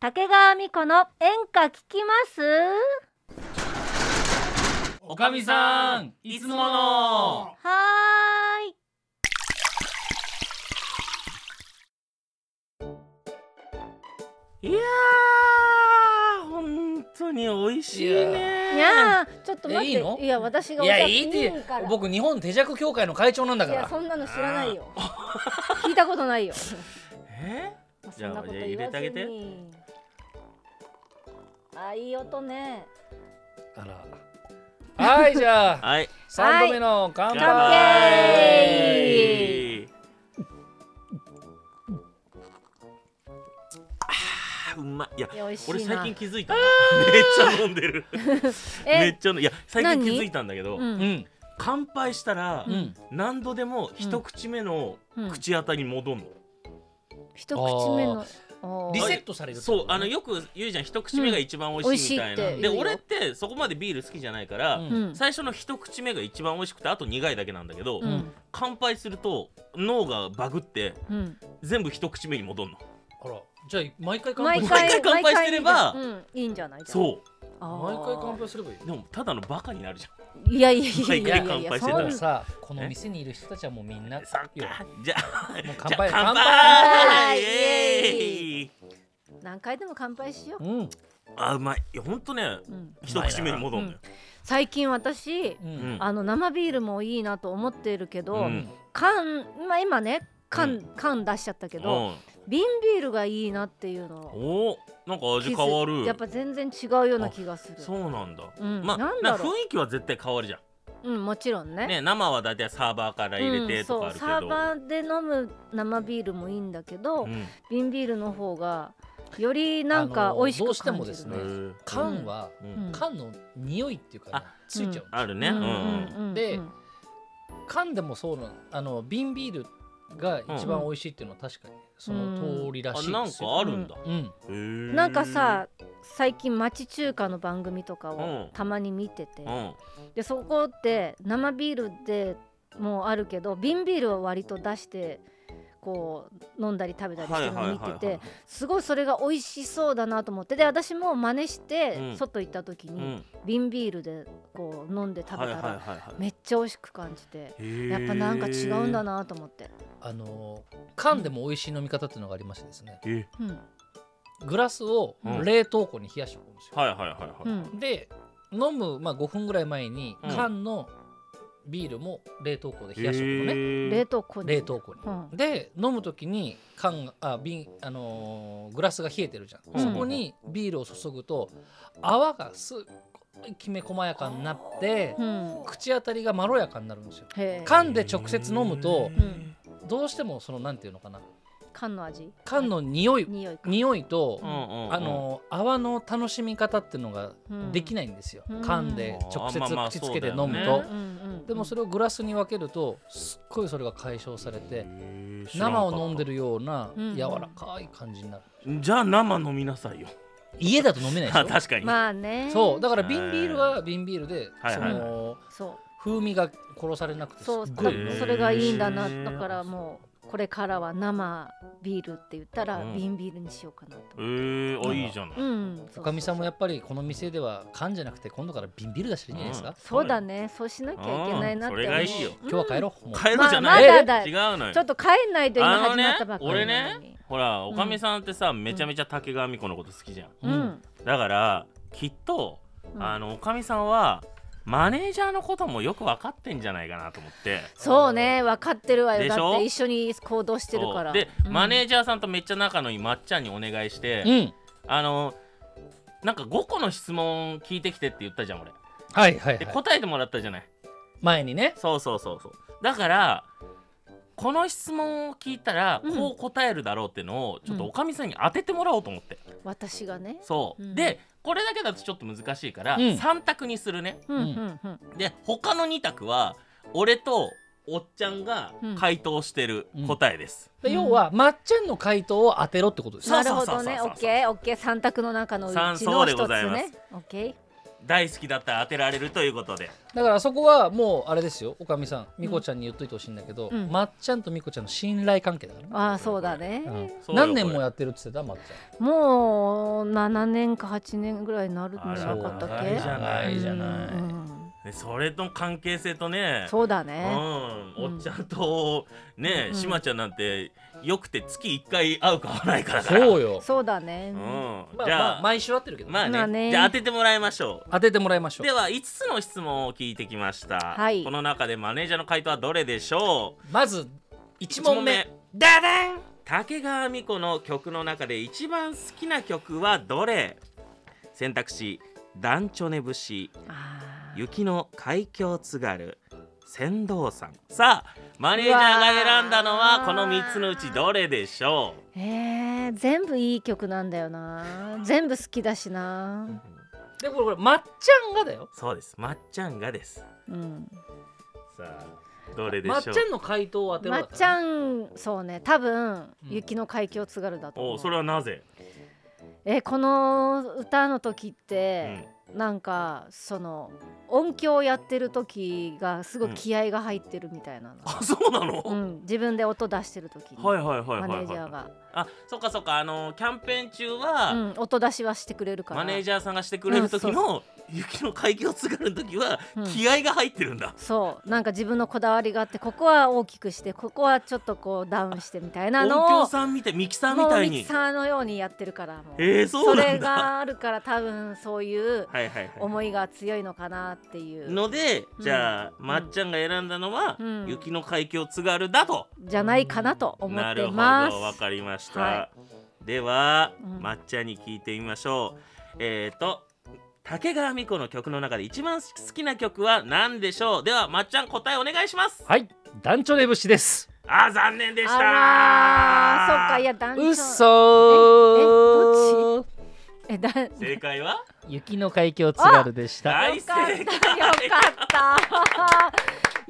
竹川美子の演歌聞きますおかみさんいつものはーいいやー本当に美味しいねいやーちょっとえ待っていいのや私がいお茶やっていいってんから僕日本手酌協会の会長なんだいかやらそんなの知らないよ 聞いたこと ないよえまあじゃあそんなことじゃあ入れてあげて言わずにあいい音ねあらはいじゃ あはい三度目の乾乾杯杯あーうまいいやいや美味しいな俺最近気づいたのめっちゃ飲んでるめえっちゃ飲んでいや最近何気づいたんだけど、うんうん乾杯したら、うん何度でも一口目のうん口当たりに戻るの、一口目のあーリセットされるそうあのよく言うじゃん一口目が一番美味しいみたいな、うん美味しいってで言うよ俺ってそこまでビール好きじゃないから、うんうん最初の一口目が一番美味しくてあと苦いだけなんだけど、うん乾杯すると脳がバグってうん全部一口目に戻るのあらじゃあ毎回乾杯毎すれば回毎回乾杯してれば毎回うんいいんじゃないそ毎回乾杯杯すればいいようでもただのバカになるじゃいやいやいやいやいやい毎回乾や杯してそんたらでなもさこの店にいる人たちはもうみんなんそっかよじゃあもうじ乾ゃあ杯乾杯杯イエーイ何回でも乾杯しよううんあうまいいやほんとねうん一口目に戻るのよ、最近私ううんんあの生ビールもいいなと思ってるけど、うん缶まあ今ねう缶缶出しちゃったけど、瓶ビールがいいなっていうのうんをおなんか味気づ変わるやっぱ全然違うような気がするそうなんだ、うんまあなんなだ雰ろ囲気は絶対変わるじゃう、うん、もちろんねんね生は大体サーバーから入れうてんとかあそうるけど、サーバーで飲む生ビールもいいんだけど、うん瓶ビールの方がよりなんか美味しく感じるあのどうしてもへですねー缶はうんうん缶の匂いっていうかなあついちゃうあるね、うんうんうんでうん缶でもそうなのあの瓶ビールが一番美味しいっていうのは確かにその通りらあしいなでんすかよ。あるんだ、うん、へーなんかさ最近町中華の番組とかうんをたまに見てて、うんでそこって生ビールでもあるけど瓶ビールを割と出してこう飲んだり食べたりしてるの見ててすごいそれが美味しそうだなと思ってで私も真似して、うん外行った時うにん瓶ビールでこう飲んで食べたら、はいはいはいはいめっちゃ美味しく感じてへーやっぱなんか違うんだなと思って、あの缶でも美味しい飲み方っていうのがありましてですねえうんグラスをうん冷凍庫に冷やしておくんですよ、はいはいはいはうい、ん、で飲む、まあ、5分ぐらい前にうん缶のビールも冷凍庫で冷やしておくのね、冷凍庫に冷凍庫に、うんで飲む時に缶があ瓶、あのーグラスが冷えてるじゃん、うんそこにビールを注ぐと泡がすっごいきめ細やかになってうん口当たりがまろやかになるんですよへえ缶で直接飲むとうんどうしてもそのなんていうのかな缶の味缶の匂い匂いか匂いと、うんあの泡の楽しみ方っていうのができない、ないんですよ、うん缶で直接あまあまあ口つけて飲むそうだと、よねでもそれれをグラスに分けるとすっごいそれが解消されて生生を飲んでるようなうん柔らかい感じになる、じゃあ生飲みなさいよ家だと飲めないでし あょ確かに、まあねそうだから瓶ビールは瓶ビールで、はいそはいはいのそう風味が殺されなくてすっそうごいへだーそれがいいんだなへーだからもうこれからは生ビールって言ったらうん瓶ビールにしようかなと、えー、あいいじゃない、うんおかみさんもややっぱりこの店では缶じゃなくて今度から瓶ビール出していいんじゃないですか、そうだねそうしなきゃいけないなって思ううんそれがいいようん今日は帰ろう、もう帰ろうじゃない、まあだまだ違うのよちょっと帰んないと今あの始ねまったばっかりなのに、ほらおかみさんってさ、めちゃめちゃ竹川美子のこと好きじゃんうん、だからきっと、うんあのおかみさんはマネージャーのこともよく分かってんじゃないかなと思ってそうね分かってるわよでしだょって一緒に行動してるからそうで、うんマネージャーさんとめっちゃ仲のいいまっちゃんにお願いして、うんあのなんか5個の質問聞いてきてって言ったじゃん俺はいはい、ではい、答えてもらったじゃない前にねそうそうそうそうだからこの質問を聞いたらうんこう答えるだろうってのをちょっとうんおかみさんに当ててもらおうと思って、私がねそう、うんでこれだけだとちょっと難しいから、うん3択にするねうんうんうんで他の2択は俺とおっちゃんが回答してる答えです、でうん要はまっちゃんの回答を当てろってことですそねうなるそうほそうそうどそうね。オッケー、オッケー、三択の中のうち三そのうで一ごつざいますね。オッケー。大好きだったら当てられるということでだからそこはもうあれですよおかみさんみこちゃんに言っといてほしいんだけど、うんまっちゃんとみこちゃんの信頼関係だからね、ああそうだね、うそん、うよ何年もやってるって言ってたまっちもう7年か8年ぐらいになるんじゃあならかったっ長いけじゃないじゃないうんでそれと関係性とねそうだうねん、うおんっちゃんとねうんしまちゃんなんてよくて月1回会うか会わないからゃんだからそうよ、そうだねうんまあ、じゃまああ毎週会ってるけど、まあまあねねじゃあ当ててもらいましょう当ててもらいましょうでは5つの質問を聞いてきました、はいこの中でマネージャーの回答はどれでしょうまず1問目ダダン竹川美子の曲の中で一番好きな曲はどれ選択肢ダンチョネ節あー雪の海峡津軽船頭さんさあマネージャーが選んだのはこの3つのうちどれでしょうえー、全部いい曲なんだよな全部好きだしなでこれこれまっちゃんがだよそうですまっちゃんがですうんさあどれでしょうまっちゃんの回答を当てろまだっからちゃんそうね多分うん雪の海峡津軽だと思う、おそれはなぜ、えこの歌の時って、なんかその音響をやってる時がすごい気合が入ってるみたいなの、あそうなの、うん自分で音出してる時に、はいはいはいマはい、ネはい、ージャーが、あそっかそっかあのキャンペーン中は、うん、音出しはしてくれるからマネージャーさんがしてくれる時の、雪の海峡津軽の時は、うん気合が入ってるんだそうなんか自分のこだわりがあってここは大きくしてここはちょっとこうダウンしてみたいな音のを響さんみたいミキサーみもうたいミキにサーのようにやってるからもうえー、そうなれんだがあるから多分そういうはいはいはい思いが強いのかなっていうのでじゃあ、うんまっちゃんが選んだのは、うん雪の海峡津軽だとじゃないかなと思なっるてほどます。わかりました、はでは、うんまっちゃんに聞いてみましょうえっ、ー、と竹川美子の曲の中で一番好きな曲は何でしょうではまっちゃん答えお願いしますはい団長ね節ですあ残念でしたあらーそっかいや団うっ長ええそどーえだ正解は雪の海峡津軽でした大よかった正よ解 かった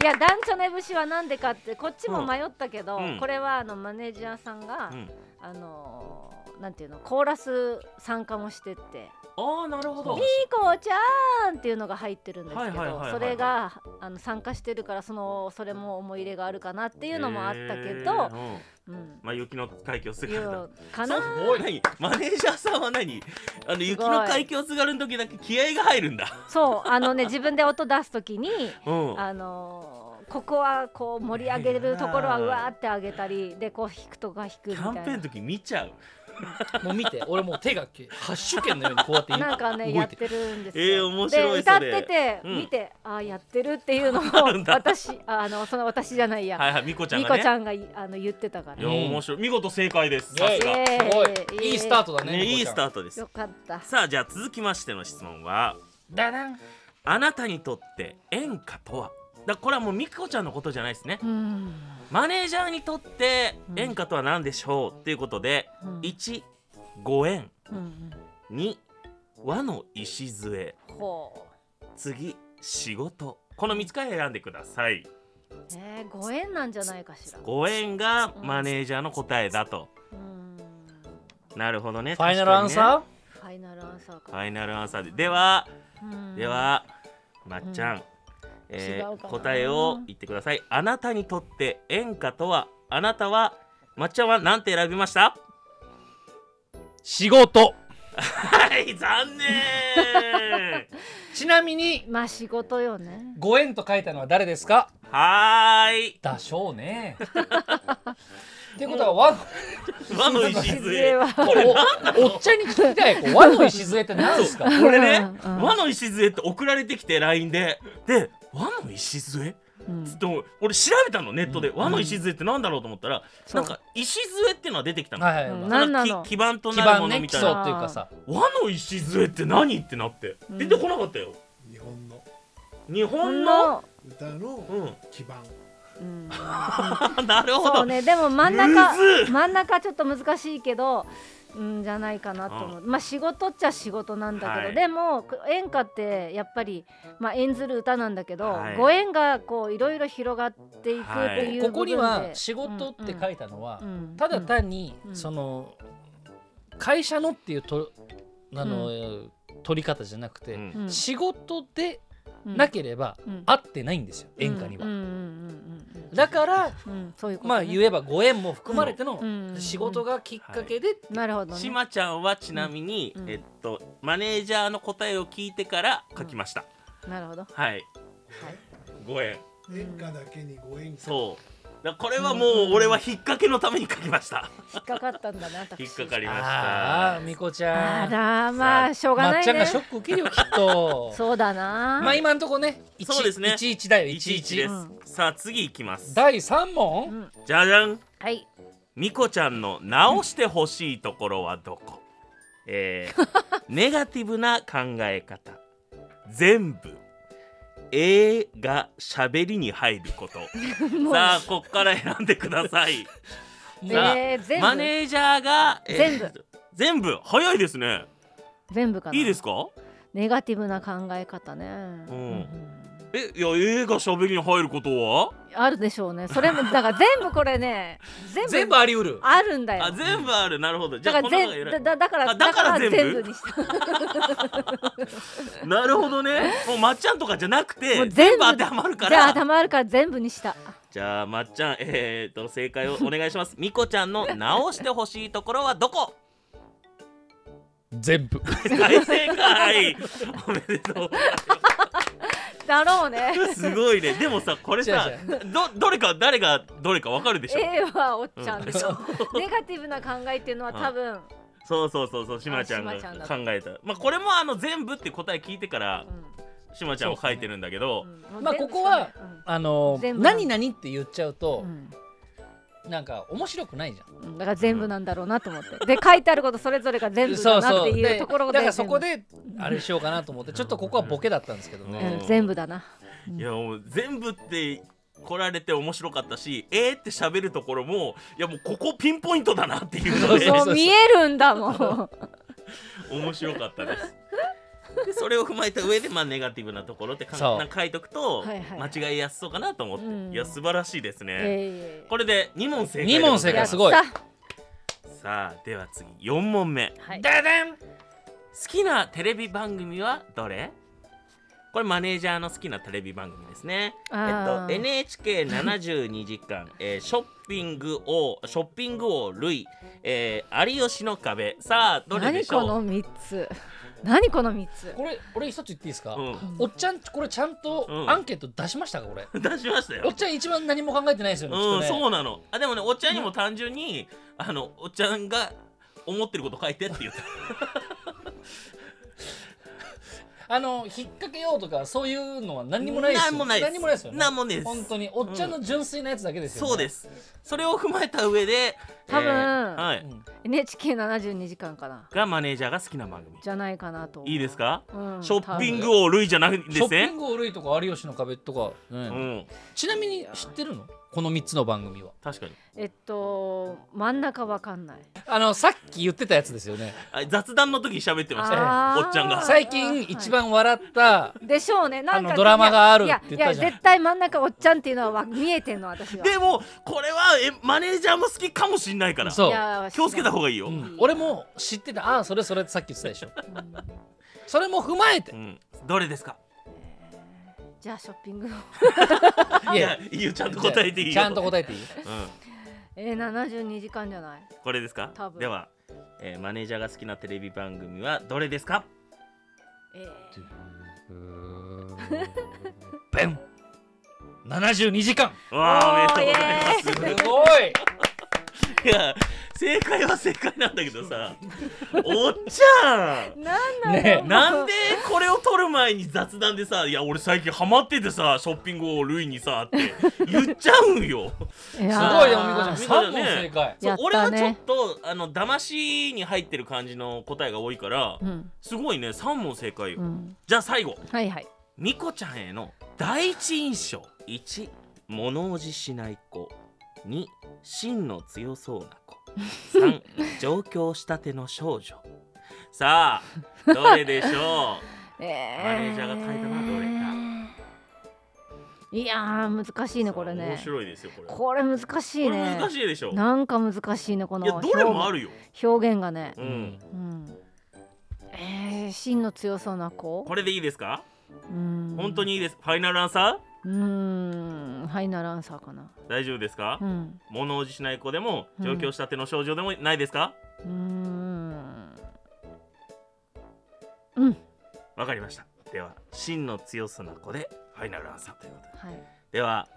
いや団長の節は何でかってこっちも迷ったけど、うんこれはあのマネージャーさんが、うんあのーなんていうのコーラス参加もしてってああなる「ほどみーこちゃん!」っていうのが入ってるんですけはいはいはいはどいそれがあの参加してるからそのそれも思い入れがあるかなっていうのもあったけど、えーうんうん、まあ雪の海峡津い軽だうかなすごい何マネージャーさんは何あの雪の海峡津軽の時だけ気合が入るんだそうあのね自分で音出すときにうんあのーここはこう盛り上げるところはうわーって上げたりでこう弾くとか弾くキみたャいンペなーンの時見ちゃうもう見て俺もう手がけ発手券のようにこうやって今なんかね動やいっててるんですよ。えー面白いでそ歌ってれて、うん見てあーやってるっていうのを るんだ私あのその私じゃないや、はいはいみこちゃんみがねこちゃんがいあの言ってたから。いや面白い見事正解ですイエさすがイエすごいいいスタートだねねいいスターートですよかった。さあじゃあ続きましての質問はだなあなたにとって演歌とはだこれはもうみこちゃんのことじゃないですねうん。マネージャーにとって演歌とは何でしょう、っていうことでうん1ご縁うん2和の礎ほ。次仕事この3つから選んでくださいうえー、ご縁なんじゃないかしら。ご縁がマネージャーの答えだとうん。なるほどねファイナルアンーサファイナルアンサーフか。ァイナルアンサーでではうんで。はまっちゃん、えー違うかな答えを言ってくださいあなたにとって演歌とはあなたはまっちゃんは何て選びました ー仕事はい残念ちなみにまあ仕事よ ね。ご縁と書いたのは誰ですかはー いだしょうねってことは和の和の礎礎は。これおおっちゃんに聞きたいこう和の礎って何ですか これねうんうん和の礎って送られてきて LINE でで和の礎うんつって俺調べたのネットで、うん和の礎ってなんだろうと思ったら、そうなんか石杖っていうのは出てきたの、はいはい、うんまあなんななんのかき基盤と基なるも盤のねみ基たい礎な、盤っていうかさ和の石杖って何ってなってうん出てこなかったよ、日本の日ほ本んのの。歌のうん基盤うん。あ なるほ そど、うねでも真ん中むず真ん中ちょっと難しいけどうんじゃないかなと思う、まあ仕事っちゃ仕事なんだけど、はいでもこ演歌ってやっぱり、まあ、演ずる歌なんだけど、はいご縁がこういろいろ広がっていくはいっていうこ部分で、こには仕事って書いたのは、うんただ単に、うんその会社のっていうとあの、取り方じゃなくて、うんうん仕事でなければうん合ってないんですよ、演歌には、うんうんだからうんうんうんうんそういうことねまあ言えばご縁も含まれてうのんうんうん仕事がきっかけで、なるほどねしまちゃんはちなみに、うんえっとマネージャーの答えを聞いてから書きました、なるほどはいはいご縁演歌だけにご縁うそうだからこれはもう俺は引っ掛けのために書きました、引っかかったんだな私引っかかりましたああみこちゃあんらまあしょうがまなっいちゃねんがショック受けるよきっ とそうだなまあ今のとこねいちそうですねいちいちだよいちい11ちです、うんさあ次いきます第3問、うんじゃじゃんはいみこちゃんの直してほしいところはどこ、えーネガティブな考え方全部映がしゃべりに入ることもうさあこっから選んでくださいもうさあえー全マ部ネージャーが、全部全部早いですね全部かないいですかネガティブな考え方ね、ううんんえいや映がしゃべりに入ることはあるでしょうねそれ もだから全部これね全部全部あり得るあるんだよあ全部あるなるほどじだゃあかこらの方が偉全いだだだかあらだから全部全部にした なるほどね。もうまっちゃんとかじゃなくもてう全部全部当てはまるかじゃあら。頭あるから全部にしたじゃあまっちゃんえー、と正解をお願いします。みこちゃんの直してほしいところはどこ？全部大正解。おめでとだろう ねう。すごいね。でもさこれさ違どどれか誰がどれかわかるでしょ。 A はおっちゃんうんでそうネガティブな考えっていうのは多分、そうそうそうそうしまちゃんがあしまちゃんだ考えたまあこれもあの全部って答え聞いてからしまちゃんを書いてるんだけどうんまあここは、あの全部何々って言っちゃううと、んなんか面白くないじゃんうんだから全部なんだろうなと思って、で書いてあることそれぞれが全部だなっていうでところでだからそこであれしようかなと思ってちょっとここはボケだったんですけど全ね、部うん全部だないやもう全部って来られて面白かったしえー、って喋るところもいやもうここピンポイントだなっていうのでそうそう見えるんだもん面白かったです。 でそれを踏まえた上で、まあ、ネガティブなところってかそうんなんか書いとくと、はいはい間違いやすそうかなと思って、うんいや素晴らしいですね、 えこれで2問正解二問正え解すごいやったさあでは次4問目はいダダン好きなテレビ番組はどれこれマネージャーの好きなテレビ番組ですね。えあーっと、NHK72 時間、 えーショッピング王、ショッピング王類、えー有吉の壁。さあ、どれで何しょうこの三つ何この三つこれ俺一つ言っていいですか、うおっちゃんこれちゃんとうんアンケート出しましたかこれ、ん、 出しましたよおっ。ちゃん一番何も考えてないですよね、きっうとん、ねそうなの。あ、でもね、おっちゃんにも単純に、あの、おっちゃんが思ってること書いてって 言った。あの引っ掛けようとかそういうのは何にもないですよ何もないです何もないですよね何もねえです本当におっちゃんの純粋なやつだけですよね、、そうですす。それを踏まえた上で、多分はうい、ん NHK72 時間かながマネージャーが好きな番組。じゃないかなといいです、か、うんショッピング王類じゃないんでショすッピねン。グオールイとか有吉の壁とか、ううんん、ちなみに知ってるのこの3つの番組は確かに。えっと真ん中わかんないあのさっき言ってたやつですよねあ雑談の時に喋ってましたよあーおっちゃんが。最近一番笑ったでしょうねなんあかのドラマがあるって言ったじゃんいやいや絶対真ん中おっちゃんっていうのはわ見えてんの私はでもこれはえマネージャーも好きかもしんないからそういや気をつけた方がいいよ、ううんん俺も知ってたああそれそれってさっき言ってたで しょうんそれも踏まえてどれですかじゃあショッピング いいやいいよちゃんと答えていいよちゃんと答えていいうん、えー、72時間じゃないこれですか多分では、えーマネージャーが好きなテレビ番組はどれですかえーベン72時間わあおーおめでとうございますすごいいや正解は正解なんだけどさおっちゃんなんなの、 ねえなんでこれを撮る前に雑談でさ「いや俺最近ハマっててさショッピングをルイにさ」って言っちゃうんよいやすーごいでもみこちゃんみこちゃ3問んね正解そ うやったね俺はちょっとあの騙しに入ってる感じの答えが多いからうん、すごいね3問正解よ、うん、じゃあ最後はいはいみこちゃんへの第一印象1物おじしない子2芯の強そうな子 3上京したての少女さあどれでしょうえマネージャーが書いたなどれいやー難 しいねこれ面ね白いですよここれれ難しいこれね難しいでしょいなんか難しいねこのやどれもあるるよ、表現がねう、ん、うん、えー芯の強そうな子これでいいですか本本当にいいですファイナルアンサうーんハイナランサーかなー大丈夫ですかうん物おじしない子でもうん上京したての症状でもないですかうーんうんわかりましたでは真の強さな子でファイナルアンサーということはでいでは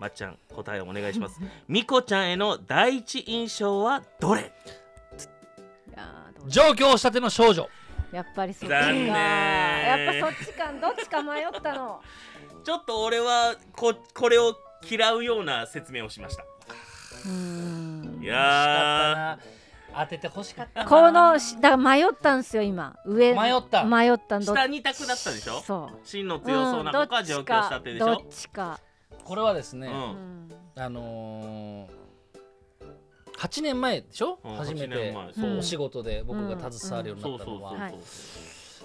まっちゃん答えをお願いしますみこちゃんへの第一印象はどれいやーどう上京したての少女やっぱりそっちか残念やっぱそっちかどっちか迷ったのちょっと俺はここれを嫌うような説明をしましたうーんいや惜しかったな当ててほしかったなこのしだから迷ったんですよ今上迷った迷ったーん下二択だったでしょそう真の強そうな子か上京したてでしうんょどっちかこれはですうね、どっちかんあのー、8年前でしょ、うん初め8年て前うんお仕事で僕が携わるようにそなうったそうのは、そうはい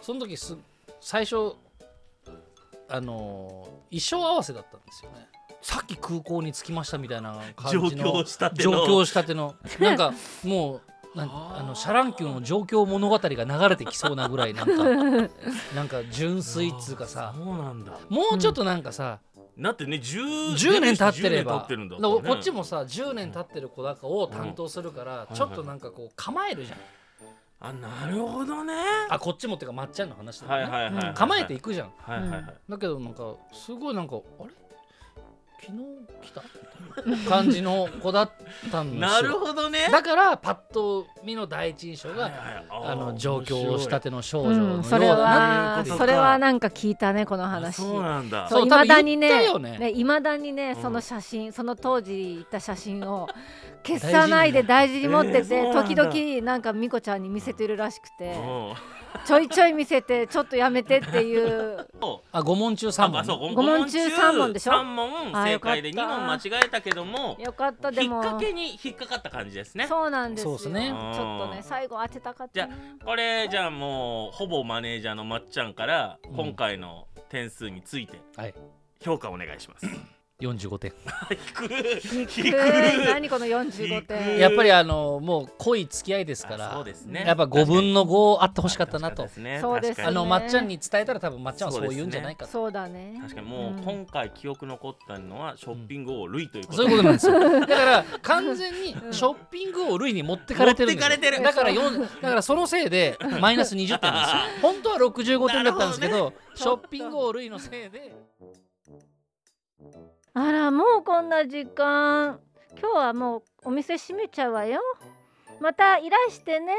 その時す最初あのー、衣装合わせだったんですよねさっき空港に着きましたみたいな感じそうの上京したて上の京したて のなんかもうなんはああのシャランキューの上京物語が流れてきそうなぐらいなん かなんか純粋っつうかさそうなんだもうちょっとなんかさ、だってね 10, 10年経ってれば10年経ってるんだだからこっちももさ10年経ってる子だかを担当するから、うんちょっとなんかこう構えるじゃん、あなるほどねあこっちもっていうかまっちゃんの話だよはね、いはいはい、はい、構えていくじゃんはいはいはい、だけどなんかすごいなんかあれ昨日来たみたいな感じの子だったんですよ なるほどねだからパッと見の第一印象が、はいはいあの上京したてての少う女のような、んそれなはということそかれはなんか聞いたねこの話そうなんだそうそうい多ま分だに言ったねよねいまだにねんその写真その当時行った写真を 消さないで大事に持ってえてー時そう々なんか美子ちゃんに見せてるらしくてうんちょいちょい見せてちょっとやめてっていうあ5問中3問あそう五問中三問でしょ3問あ正解でよか2った問間違えたけどもよかったで引っも掛けに引っかかった感じですねそうなんですよそうっすねちょっとね最後当てたかったなこれじゃあもうほぼマネージャーのまっちゃんからうん今回の点数についてはい評価お願いします、 45点低い低低いい何この45低い点やっぱりあのもう濃い付き合いですかあらそうですねやっぱ5分の5あってほしかったなと確かにですねそうです確かあにのねまっちゃんに伝えたら多分まっちゃんはそう言うんじゃないかとそうだね確かにもう今回記憶残ったのはショッピングを類ということそういで、うことなんですよ。 だから完全にショッピングを類に持ってかれてるんですよ持ってかれてるだから4だからそのせい でマイナス20点なんですよ。本当は65点だったんですけど、なショッピングを類のせいで。あらもうこんな時間今日はもうお店閉めちゃうわよまたいらしてね